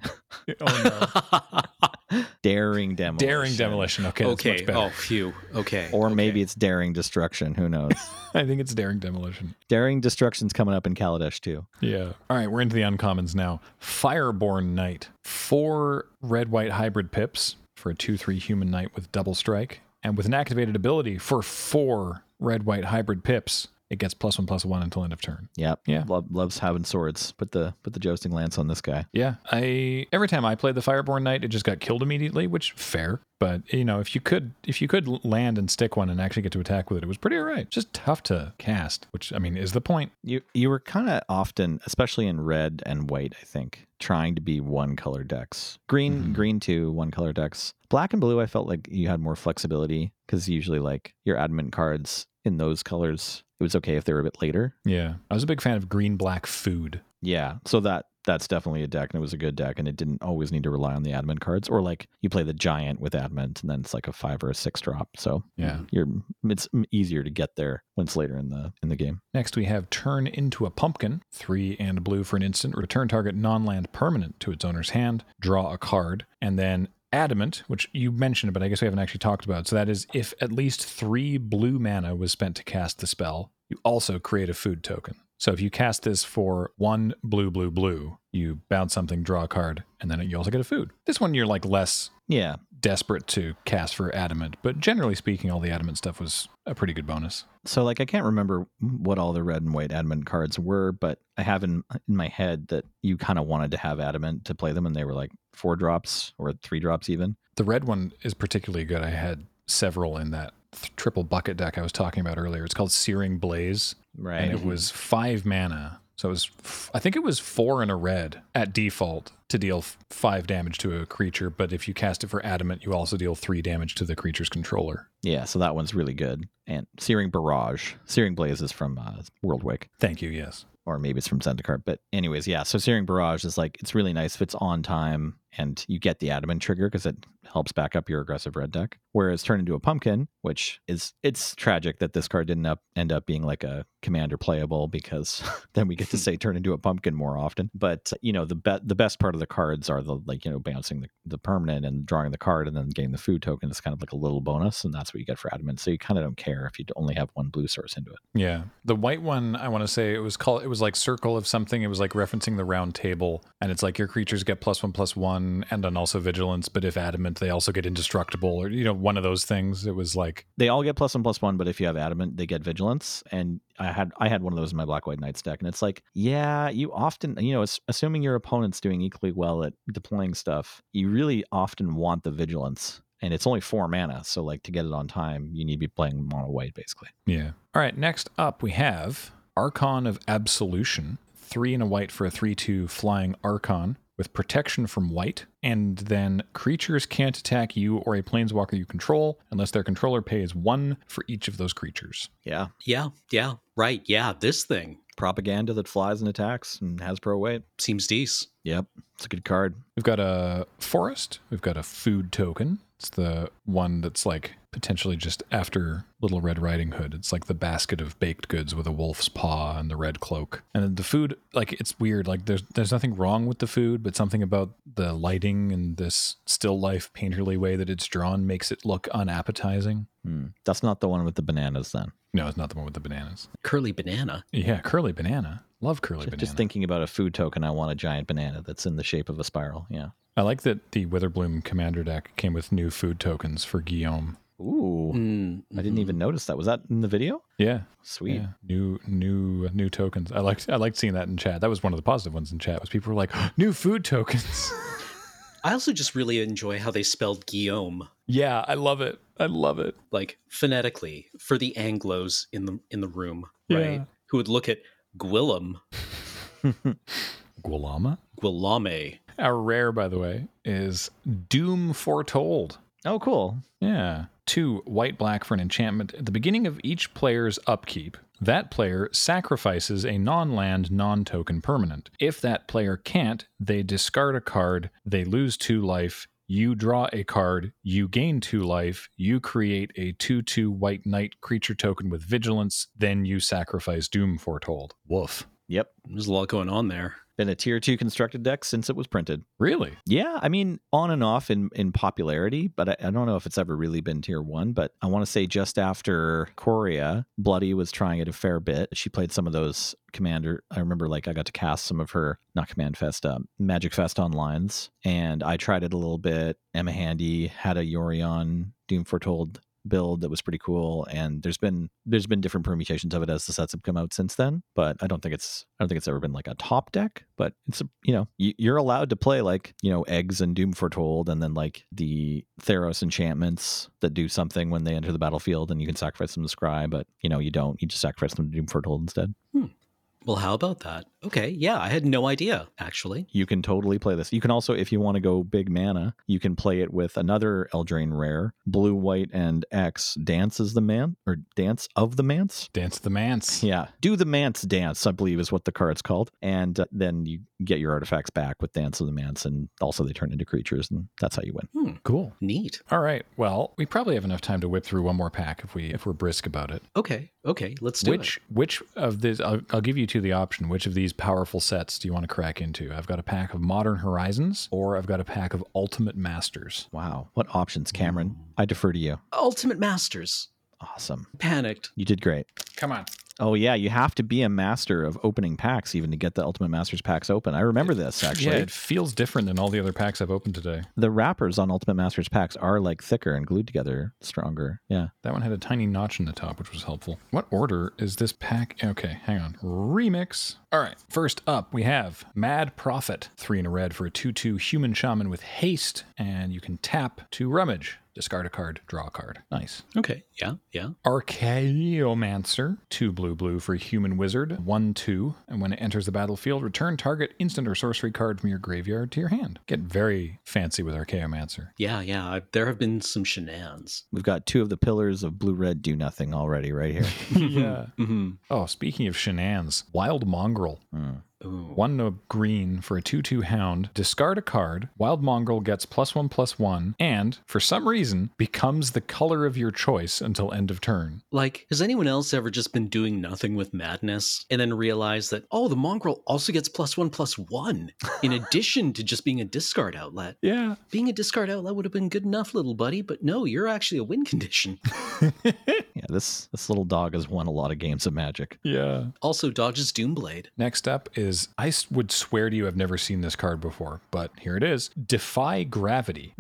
oh no daring demolition. daring demolition okay that's much okay. better. Oh, phew. Okay. Or okay. maybe it's daring destruction. Who knows? i think it's daring demolition daring destruction's coming up in Kaladesh too. Yeah. All right, we're into the uncommons now. Fireborn Knight. Four red white hybrid pips for a 2 3 human knight with double strike. And with an activated ability for four red white hybrid pips, it gets plus one plus one until end of turn. Yep. Yeah. Love, loves having swords. Put the put the jousting lance on this guy. Yeah. I every time I played the Fireborn Knight, it just got killed immediately, which fair. But you know, if you could if you could land and stick one and actually get to attack with it, it was pretty alright. Just tough to cast, which I mean is the point. You you were kind of often, especially in red and white, I think, trying to be one color decks. Green Mhm. green two one color decks. Black and blue, I felt like you had more flexibility because usually like your admin cards in those colors, it was okay if they were a bit later. Yeah. I was a big fan of green black food. Yeah. So that that's definitely a deck and it was a good deck and it didn't always need to rely on the admin cards or like you play the giant with admin and then it's like a 5 or a 6 drop. So Yeah. you're it's easier to get there when it's later in the in the game. Next, we have Turn into a Pumpkin. Three and blue for an instant. Return target non land permanent to its owner's hand. Draw a card. And then Adamant, which you mentioned, but I guess we haven't actually talked about. So that is if at least three blue mana was spent to cast the spell, you also create a food token. So if you cast this for one blue, blue, blue, you bounce something, draw a card, and then you also get a food. This one you're like less Yeah. desperate to cast for adamant, but generally speaking, all the adamant stuff was a pretty good bonus. So like I can't remember what all the red and white admin cards were, but I have in in my head that you kind of wanted to have adamant to play them and they were like four drops or three drops even. The red one is particularly good. I had several in that th- triple bucket deck I was talking about earlier. It's called Searing Blaze, Right. and it was five mana. So it was, f- I think it was four and a red at default to deal f- five damage to a creature. But if you cast it for adamant, you also deal three damage to the creature's controller. yeah, so that one's really good. And Searing Barrage. Searing Blaze is from uh, Worldwick. Thank you. Yes. or maybe it's from Zendikar. But anyways, yeah. So Searing Barrage is like it's really nice if it's on time and you get the adamant trigger because it helps back up your aggressive red deck. Whereas Turn into a Pumpkin, which is it's tragic that this card didn't up, end up being like a commander playable because then we get to say Turn into a Pumpkin more often. But you know the be- the best part of the cards are the like you know bouncing the, the permanent and drawing the card and then getting the food token is kind of like a little bonus and that's what you get for adamant. So you kind of don't care if you only have one blue source into it. Yeah. The white one, I want to say it was called, it was like Circle of something. It was like referencing the round table. And it's like your creatures get plus one, plus one, and then also vigilance. But if adamant, they also get indestructible or, you know, one of those things. It was like, they all get plus one plus one, but if you have adamant, they get vigilance. And I had I had one of those in my black white knights deck, and it's like, yeah, you often you know, as- assuming your opponent's doing equally well at deploying stuff, you really often want the vigilance, and it's only four mana, so like to get it on time, you need to be playing mono white basically. Yeah. All right. Next up, we have Archon of Absolution. Three and a white for a 3 2 flying Archon. with protection from white, and then creatures can't attack you or a planeswalker you control unless their controller pays one for each of those creatures. Yeah. Yeah, yeah, right. Yeah, this thing Propaganda that flies and attacks and has pro weight. seems decent. Yep. It's a good card. We've got a forest, we've got a food token. It's the one that's like potentially just after Little Red Riding Hood. It's like the basket of baked goods with a wolf's paw and the red cloak. And then the food, like it's weird. Like there's there's nothing wrong with the food, but something about the lighting and this still life painterly way that it's drawn makes it look unappetizing. Hmm. That's not the one with the bananas then. No, it's not the one with the bananas. Curly banana. Yeah, curly banana. Love curly Just, banana. just thinking about a food token, I want a giant banana that's in the shape of a spiral. Yeah. I like that the Witherbloom Commander deck came with new food tokens for Guillaume. Ooh. Mm, I didn't mhm. even notice that. Was that in the video? Yeah, Sweet. Yeah. New new new tokens. I liked I liked seeing that in chat. That was one of the positive ones in chat was people were like, new food tokens. I also just really enjoy how they spelled Guillaume, yeah, I love it. I love it. like phonetically, for the Anglo's in the in the room, Yeah. right? Who would look at Guillaume, Guillama? Guillaume. Our rare, by the way, is Doom Foretold. Oh, cool. Yeah. Two white black for an enchantment. At the beginning of each player's upkeep, that player sacrifices a non land, non token permanent. If that player can't, they discard a card, they lose two life, you draw a card, you gain two life, you create a 2 2 white knight creature token with vigilance, then you sacrifice Doom Foretold. Woof. Yep. There's a lot going on there. Been a tier two constructed deck since it was printed. Really? Yeah, I mean, on and off in, in popularity, but I, I don't know if it's ever really been tier one. But I want to say just after Coria, Bloody was trying it a fair bit. She played some of those Commander. I remember, like, I got to cast some of her, not Command Fest, um, Magic Fest onlines. And I tried it a little bit. Emma Handy had a Yorion Doom Foretold build that was pretty cool and there's been there's been different permutations of it as the sets have come out since then but i don't think it's i don't think it's ever been like a top deck but it's a, you know y- you're allowed to play like you know eggs and doom foretold and then like the theros enchantments that do something when they enter the battlefield and you can sacrifice them to scry but you know you don't you just sacrifice them to doom foretold instead Well, how about that? Okay, yeah, I had no idea actually. you can totally play this. You can also, if you want to go big mana, you can play it with another Eldraine rare, blue, white, and X. Dance is the man, or dance of the manse. Dance the Mance. Yeah. Do the Mance dance, I believe is what the card's called. And uh, then you get your artifacts back with Dance of the Mance. And also, they turn into creatures. And that's how you win. Cool. Neat. All right. Well, we probably have enough time to whip through one more pack if we if we're brisk about it. Okay, okay, let's do which which of this I'll, I'll give you two the option which of these powerful sets do you want to crack into i've got a pack of modern horizons or i've got a pack of ultimate masters Wow. What options, Cameron? I defer to you. it. Ultimate Masters. Awesome. Panicked. You did great. come on Oh, yeah. You have to be a master of opening packs even to get the Ultimate Masters packs open. I remember this, yeah actually. it feels different than all the other packs i've opened today The wrappers on Ultimate Masters packs are like thicker and glued together stronger. Yeah. that one had a tiny notch in the top which was helpful what order is this pack okay hang on remix all right first up we have mad prophet three in a red for a 2-2 human shaman with haste and you can tap to rummage discard a card draw a card nice Okay, yeah, yeah. Archaeomancer, two blue blue for human wizard, one two, and when it enters the battlefield, return target instant or sorcery card from your graveyard to your hand. Get very fancy with Archaeomancer. Yeah, yeah. I, there have been some shenanigans. We've got two of the pillars of blue red do nothing already right here. yeah. Mm-hmm. Oh, speaking of shenanigans, Wild Mongrel, Hmm. Ooh. one uh, green for a two two hound. Discard a card. Wild Mongrel gets plus one plus one, and for some reason becomes the color of your choice until end of turn. Like, has anyone else ever just been doing nothing with madness and then realized that, oh, the mongrel also gets plus one plus one in addition to just being a discard outlet? Yeah. Being a discard outlet would have been good enough, little buddy, but no, you're actually a win condition. Yeah, this this little dog has won a lot of games of Magic. Yeah. Also, dodges Doomblade. Next up is I s- would swear to you I've never seen this card before, but here it is. Defy Gravity.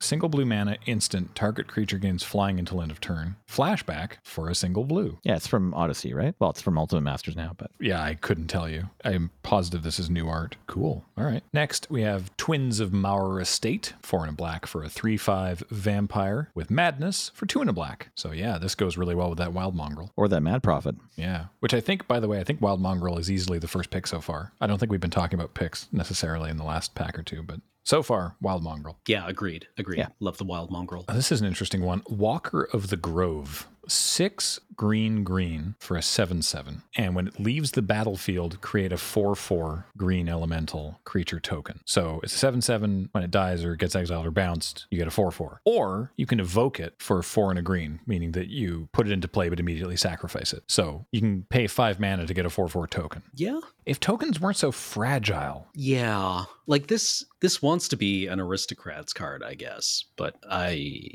Single blue mana, instant. Target creature gains flying until end of turn. Flashback for a single blue. Yeah, it's from Odyssey, right? Well, it's from Ultimate Masters now, but Yeah, I couldn't tell you. I'm positive this is new art. Cool. All right. Next, we have Twins of Maurer Estate, four and a black for a 3 5 vampire with Madness for two and a black. So, yeah, this goes really well with that Wild Mongrel. or that Mad Prophet. Yeah. Which I think, by the way, I think Wild Mongrel is easily the first pick so far. I don't think we've been talking about picks necessarily in the last pack or two, but so far, Wild Mongrel. Yeah, agreed. Agreed. Yeah. Love the wild mongrel. Uh, This is an interesting one. Walker of the Grove. Six green green for a 7 7. And when it leaves the battlefield, create a 4 4 green elemental creature token. So it's a 7 7. When it dies or gets exiled or bounced, you get a 4 4. Or you can evoke it for 4 and a green, meaning that you put it into play but immediately sacrifice it. So you can pay 5 mana to get a 4 4 token. Yeah. If tokens weren't so fragile, Yeah. Like this this wants to be an aristocrats card, I guess, but I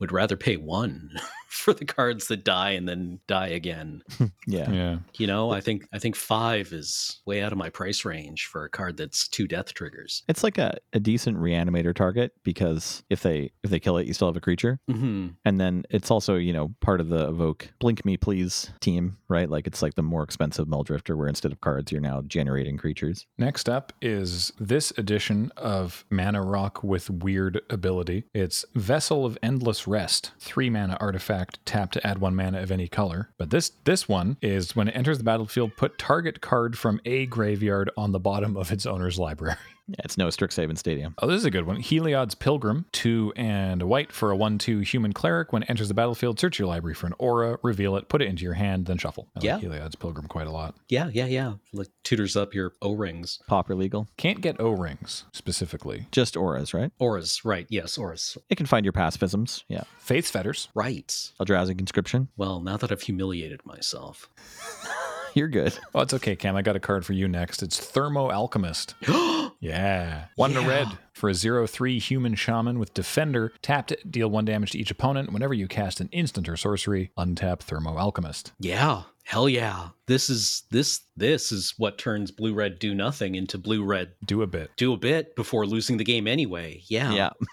would rather pay one for the cards that die and then die again. Yeah. yeah. You know, I think I think five is way out of my price range for a card that's two death triggers. It's like a, a decent reanimator target because if they if they kill it, you still have a creature. hmm And then it's also, you know, part of the evoke blink me please team, right? Like it's like the more expensive Meldrifter, where instead of cards you're now generating creatures. Next up is this edition of Mana Rock with Weird Ability. It's Vessel of Endless Rest, three mana artifact, tap to add one mana of any color. But this this one is when it enters the battlefield, put target card from a graveyard on the bottom of its owner's library. Yeah, it's no Strixhaven Stadium. Oh, this is a good one. Heliod's Pilgrim, two and a white for a one-two human cleric. When it enters the battlefield, search your library for an aura, reveal it, put it into your hand, then shuffle. I Yeah. like Heliod's Pilgrim quite a lot. Yeah, yeah, yeah. Like tutors up your O rings. Pauper legal. Can't get O-rings specifically. Just auras, right? Auras, right, yes, auras. It can find your pacifisms. Yeah. Faith Fetters. Right. Eldrazi conscription. Well, now that I've humiliated myself. You're good. Oh, it's okay, Cam. I got a card for you next. It's Thermo Alchemist. Yeah. One to Yeah. red for a 0 3 human shaman with defender. Tapped, deal one damage to each opponent. Whenever you cast an instant or sorcery, untap Thermo Alchemist. Yeah, hell yeah. This is this this is what turns blue red do nothing into blue red Do a bit. do a bit before losing the game anyway. Yeah.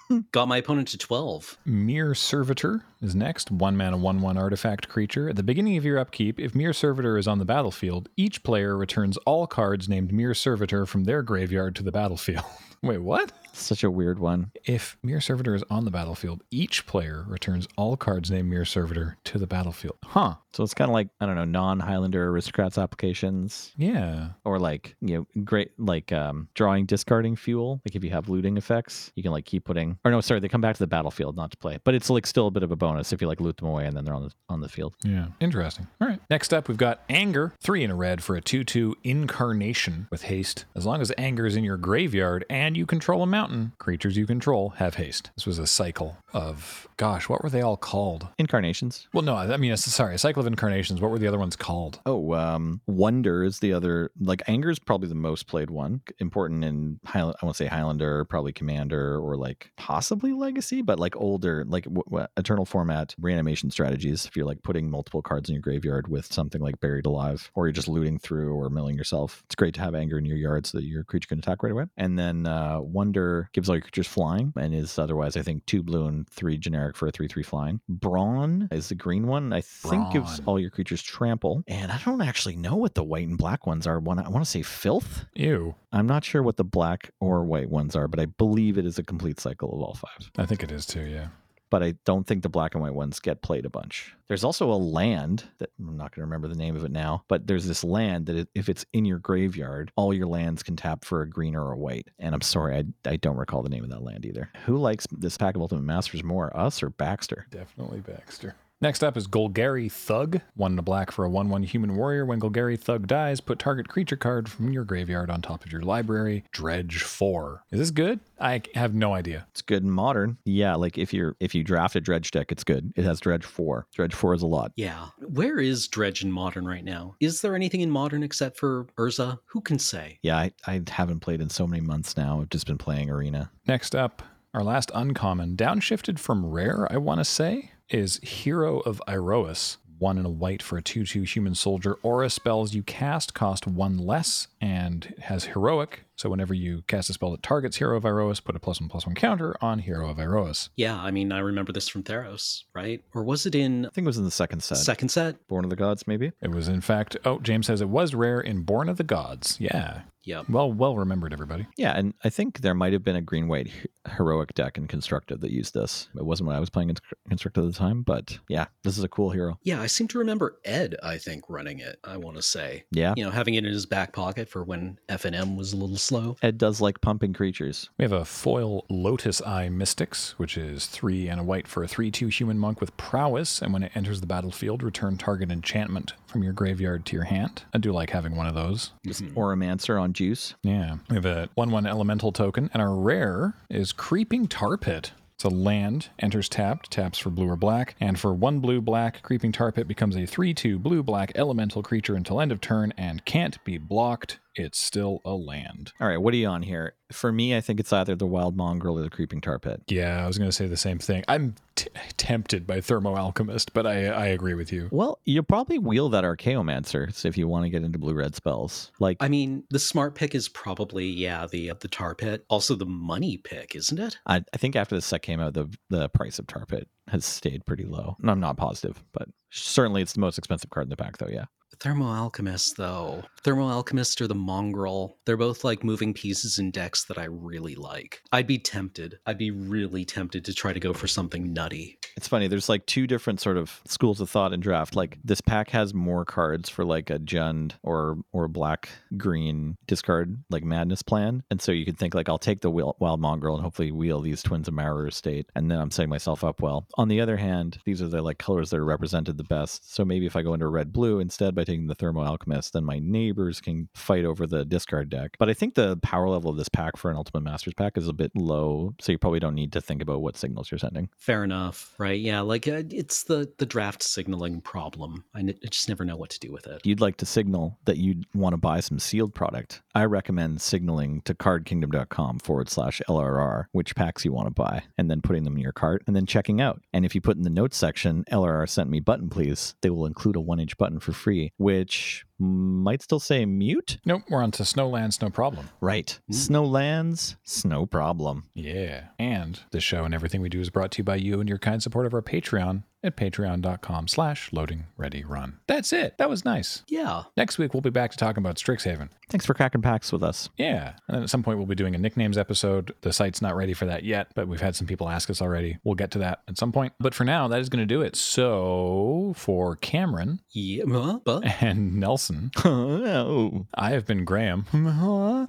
Yeah. Got my opponent to 12. Mere Servitor is next. One mana, one one artifact creature. At the beginning of your upkeep, if Mere Servitor is on the battlefield, each player returns all cards named Mere Servitor from their graveyard to the battlefield. Wait, what? Such a weird one. If Mirror Servitor is on the battlefield, each player returns all cards named Mirror Servitor to the battlefield. Huh. So it's kind of like, I don't know, non Highlander aristocrats applications Yeah. or like, you know, great, like um, drawing, discarding fuel. Like if you have looting effects, you can like keep putting, or no, sorry, they come back to the battlefield, not to play, but it's like still a bit of a bonus if you like loot them away and then they're on the, on the field. Yeah. Interesting. All right. Next up, we've got Anger, three in a red for a 2 2 incarnation with haste. As long as Anger is in your graveyard and you control a mountain, creatures you control have haste. This was a cycle of, gosh, what were they all called? Incarnations. Well, no, I mean, sorry, a cycle of incarnations. What were the other ones called? Oh, um, Wonder is the other. Like Anger is probably the most played one. Important in Highland. I won't say Highlander, probably Commander, or like possibly Legacy, but like older, like w- w- Eternal format reanimation strategies. If you're like putting multiple cards in your graveyard with something like Buried Alive, or you're just looting through or milling yourself, it's great to have Anger in your yard so that your creature can attack right away. And then uh, Wonder gives all your creatures flying and is otherwise, I think, two blue and three generic for a three-three flying. Brawn is the green one. I think gives Brawn. all your creatures trample. And I don't actually know what the white and black ones are. One, I want to say filth. Ew. I'm not sure what the black or white ones are, but I believe it is a complete cycle of all five. I think it is too, yeah. But I don't think the black and white ones get played a bunch. There's also a land that I'm not going to remember the name of it now, but there's this land that if it's in your graveyard, all your lands can tap for a green or a white. And I'm sorry, I, I don't recall the name of that land either. Who likes this pack of Ultimate Masters more, us or Baxter? Definitely Baxter. Next up is Golgari Thug. One in a black for a 1 1 human warrior. When Golgari Thug dies, put target creature card from your graveyard on top of your library. Dredge 4. Is this good? I have no idea. It's good and modern. Yeah, like if you're if you draft a dredge deck, it's good. It has dredge four. Dredge four is a lot. Yeah. Where is Dredge in modern right now? Is there anything in modern except for Urza? Who can say? Yeah, I, I haven't played in so many months now. I've just been playing arena. Next up, our last uncommon, downshifted from rare, I want to say, is Hero of Iroas. One in a white for a 2 2 human soldier. Aura spells you cast cost one less and has heroic. So whenever you cast a spell that targets Hero of Iroas, put a plus one plus one counter on Hero of Iroas. Yeah, I mean, I remember this from Theros, right? Or was it in I think it was in the second set. second set? Born of the Gods, maybe. It was, in fact, oh, James says it was rare in Born of the Gods. Yeah. Yeah. Well, well remembered, everybody. Yeah, and I think there might have been a green white he- heroic deck in constructed that used this. It wasn't what I was playing in Constru- constructed at the time, but yeah, this is a cool hero. Yeah, I seem to remember Ed, I think, running it, I want to say. Yeah. You know, having it in his back pocket for when F and M was a little slow. Ed does like pumping creatures. We have a foil Lotus Eye Mystics, which is three and a white for a 3 2 human monk with prowess. And when it enters the battlefield, return target enchantment from your graveyard to your hand. I do like having one of those. Just Oromancer on juice. Yeah. We have a 1 1 elemental token, and our rare is Creeping Tar Pit. It's a land, enters tapped, taps for blue or black, and for one blue black, Creeping Tar Pit becomes a 3 2 blue black elemental creature until end of turn and can't be blocked. It's still a land. All right, what are you on here? For me, I think it's either the Wild Mongrel or the Creeping Tar Pit. Yeah, I was going to say the same thing. I'm t- tempted by Thermo Alchemist, but I, I agree with you. Well, you'll probably wheel that Archaeomancer so if you want to get into blue red spells. Like, I mean, the smart pick is probably, yeah, the the tar pit. Also the money pick, isn't it? I, I think after this set came out, the the price of Tar Pit has stayed pretty low. And I'm not positive, but certainly it's the most expensive card in the pack, though. Yeah, Thermo Alchemist, though. Thermo Alchemist or the Mongrel. They're both like moving pieces in decks that I really like. I'd be tempted. I'd be really tempted to try to go for something nutty. it's funny. There's like two different sort of schools of thought in draft. Like this pack has more cards for like a Jund or or black green discard like Madness plan, and so you could think like I'll take the Wil- Wild Mongrel and hopefully wheel these Twins of Marrow Estate, and then I'm setting myself up well. On the other hand, these are the like colors that are represented the best. So maybe if I go into red blue instead by taking the Thermo Alchemist, then my neighbors can fight over the discard deck. But I think the power level of this pack for an Ultimate Masters pack is a bit low, so you probably don't need to think about what signals you're sending. Fair enough, right? Yeah, like uh, it's the the draft signaling problem. I n- I just never know what to do with it. you'd like to signal that you want to buy some sealed product, I recommend signaling to cardkingdom.com forward slash LRR which packs you want to buy, and then putting them in your cart and then checking out. And if you put in the notes section, LRR sent me button, please, they will include a one inch button for free, which might still say mute. Nope, we're on to Snowlands, no problem. Right. Mm. Snow lands, snow problem. Yeah. And this show and everything we do is brought to you by you and your kind support of our Patreon at patreon.com slash loading ready run. That's it. That was nice. Yeah, Next week we'll be back to talking about Strixhaven. Thanks for cracking packs with us. Yeah. And then at some point we'll be doing a nicknames episode. The site's not ready for that yet, but we've had some people ask us already. We'll get to that at some point. But for now, that is going to do it. So for Cameron yeah, huh? Buh? and Nelson, oh. I have been Graham. Huh?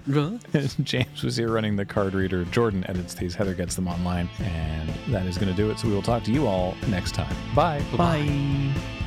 James was here running the card reader. Jordan edits these. Heather gets them online. And that is going to do it. So we will talk to you all next time. Bye. Bye.